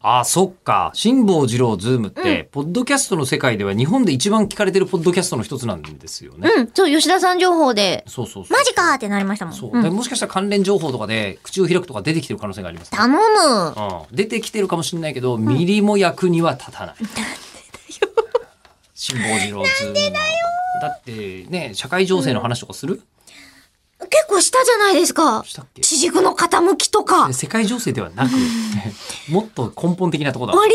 ああ、そっか。辛坊治郎ズームって、ポッドキャストの世界では日本で一番聞かれてるポッドキャストの一つなんですよね。うん、そう、吉田さん情報で、そうそうそう。マジかーってなりましたもん。そう、うんでもしかしたら関連情報とかで口を開くとか出てきてる可能性がありますね、頼む。うん、出てきてるかもしれないけど、ミリも役には立た ない。辛坊治郎ズーム。なんでだよ。だってね、社会情勢の話とかする、結構下じゃないですか。したっけ地軸の傾きとか、オリン世界情勢では なく、もっと根本的なところだ。ピッ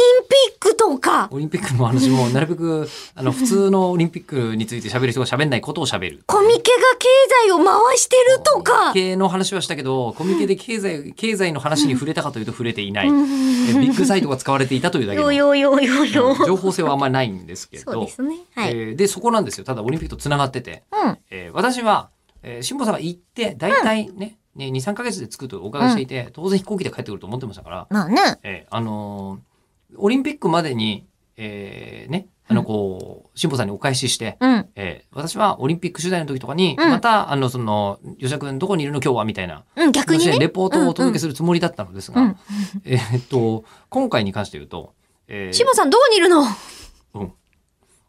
クとか、オリンピックの話もなるべくあの普通のオリンピックについて喋る人が喋んないことを喋る。コミケが経済を回してるとか。系の話はしたけど、コミケで経済経済の話に触れたかというと触れていない。えビッグサイトが使われていたというだけ よで、よよよよ。情報性はあんまりないんですけそうどで。すね。はい。えーでそこなんですよただオリンピックとつながってて、うん。えー私は、えー、辛坊さんが行って大体ね,、ね23か月で着くとお伺いしていて、当然飛行機で帰ってくると思ってましたから、まあね。えーあのーオリンピックまでに、えーねあのこう辛坊さんにお返しして、うん。えー私はオリンピック取材の時とかに、うんまたあのその吉田君どこにいるの今日はみたいなうん、逆にしてね。レポートをお届けするつもりだったのですが、うんうんえーっと今回に関して言うと、えーしもさんどこにいるの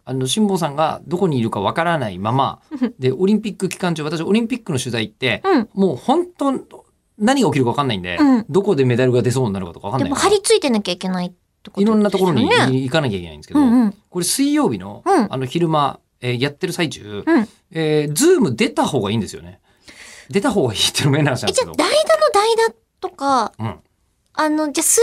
あの辛坊さんがどこにいるかわからないままでオリンピック期間中私オリンピックの取材って、うん。もう本当何が起きるかわかんないんで、うんどこでメダルが出そうになるかとかわかんでないもから張り付いてなきゃいけないってこといろんなところにですよね。行かなきゃいけないんですけうど、んうん。これ水曜日の,、うんあの昼間、えーやってる最中、うんえーズーム出た方がいいんですよね。出た方がいいっていうのも変な話なんえ、ですじけゃあ、ど。代打の代打とか、うんあの、じゃあ水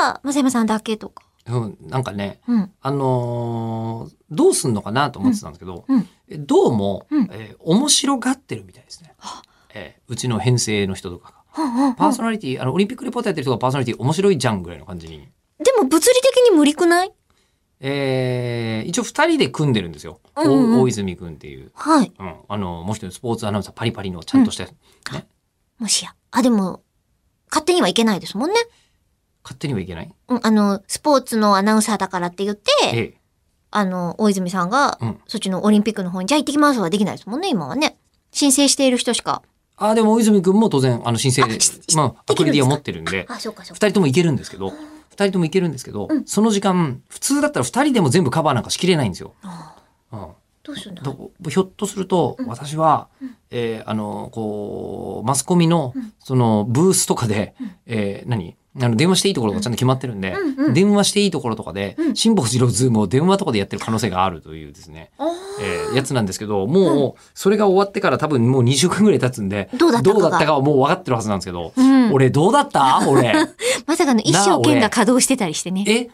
曜は、松山さんだけとか。うん、なんかね、うん。あのーどうすんのかなと思ってたんですけど、うんうんえどうも、うんえー面白がってるみたいですね。えーうちの編成の人とかが。うんうんうんパーソナリティ、あの、オリンピックレポートやってる人がパーソナリティ面白いじゃんぐらいの感じに。でも物理的に無理くないえー一応二人で組んでるんですよ。うんうんお大泉君っていう。はい。うん、あの、もう一人のスポーツアナウンサーパリパリのちゃんとした、ね、もしや。あ、でも、勝手にはいけないですもんね。勝手にはいけない。うん、あの、スポーツのアナウンサーだからって言って、えあの、大泉さんが、うんそっちのオリンピックの方に、じゃあ行ってきますはできないですもんね、今はね。申請している人しか。ああ、でも大泉君も当然、あの、申請であし、しまあ、アできクるリディんですかア持ってるんで、あ、そうかそう二か。人ともいけるんですけど、二人ともいけるんですけど、うんその時間、普通だったら二人でも全部カバーなんかしきれないんですよ。ああうん。どうするんだろう。どひょっとすると、私は、えーあの、こう、マスコミの、その、ブースとかで、えー何あの、電話していいところがちゃんと決まってるんで、うんうん電話していいところとかでう、ん辛抱しろズームを電話とかでやってる可能性があるというですね、あえーやつなんですけど、もう、それが終わってから多分もう2週間ぐらい経つんで、どうだったかがはもう分かってるはずなんですけど、あうん。俺、どうだった俺。まさかの一なあ生俺懸が稼働してたりしてね。え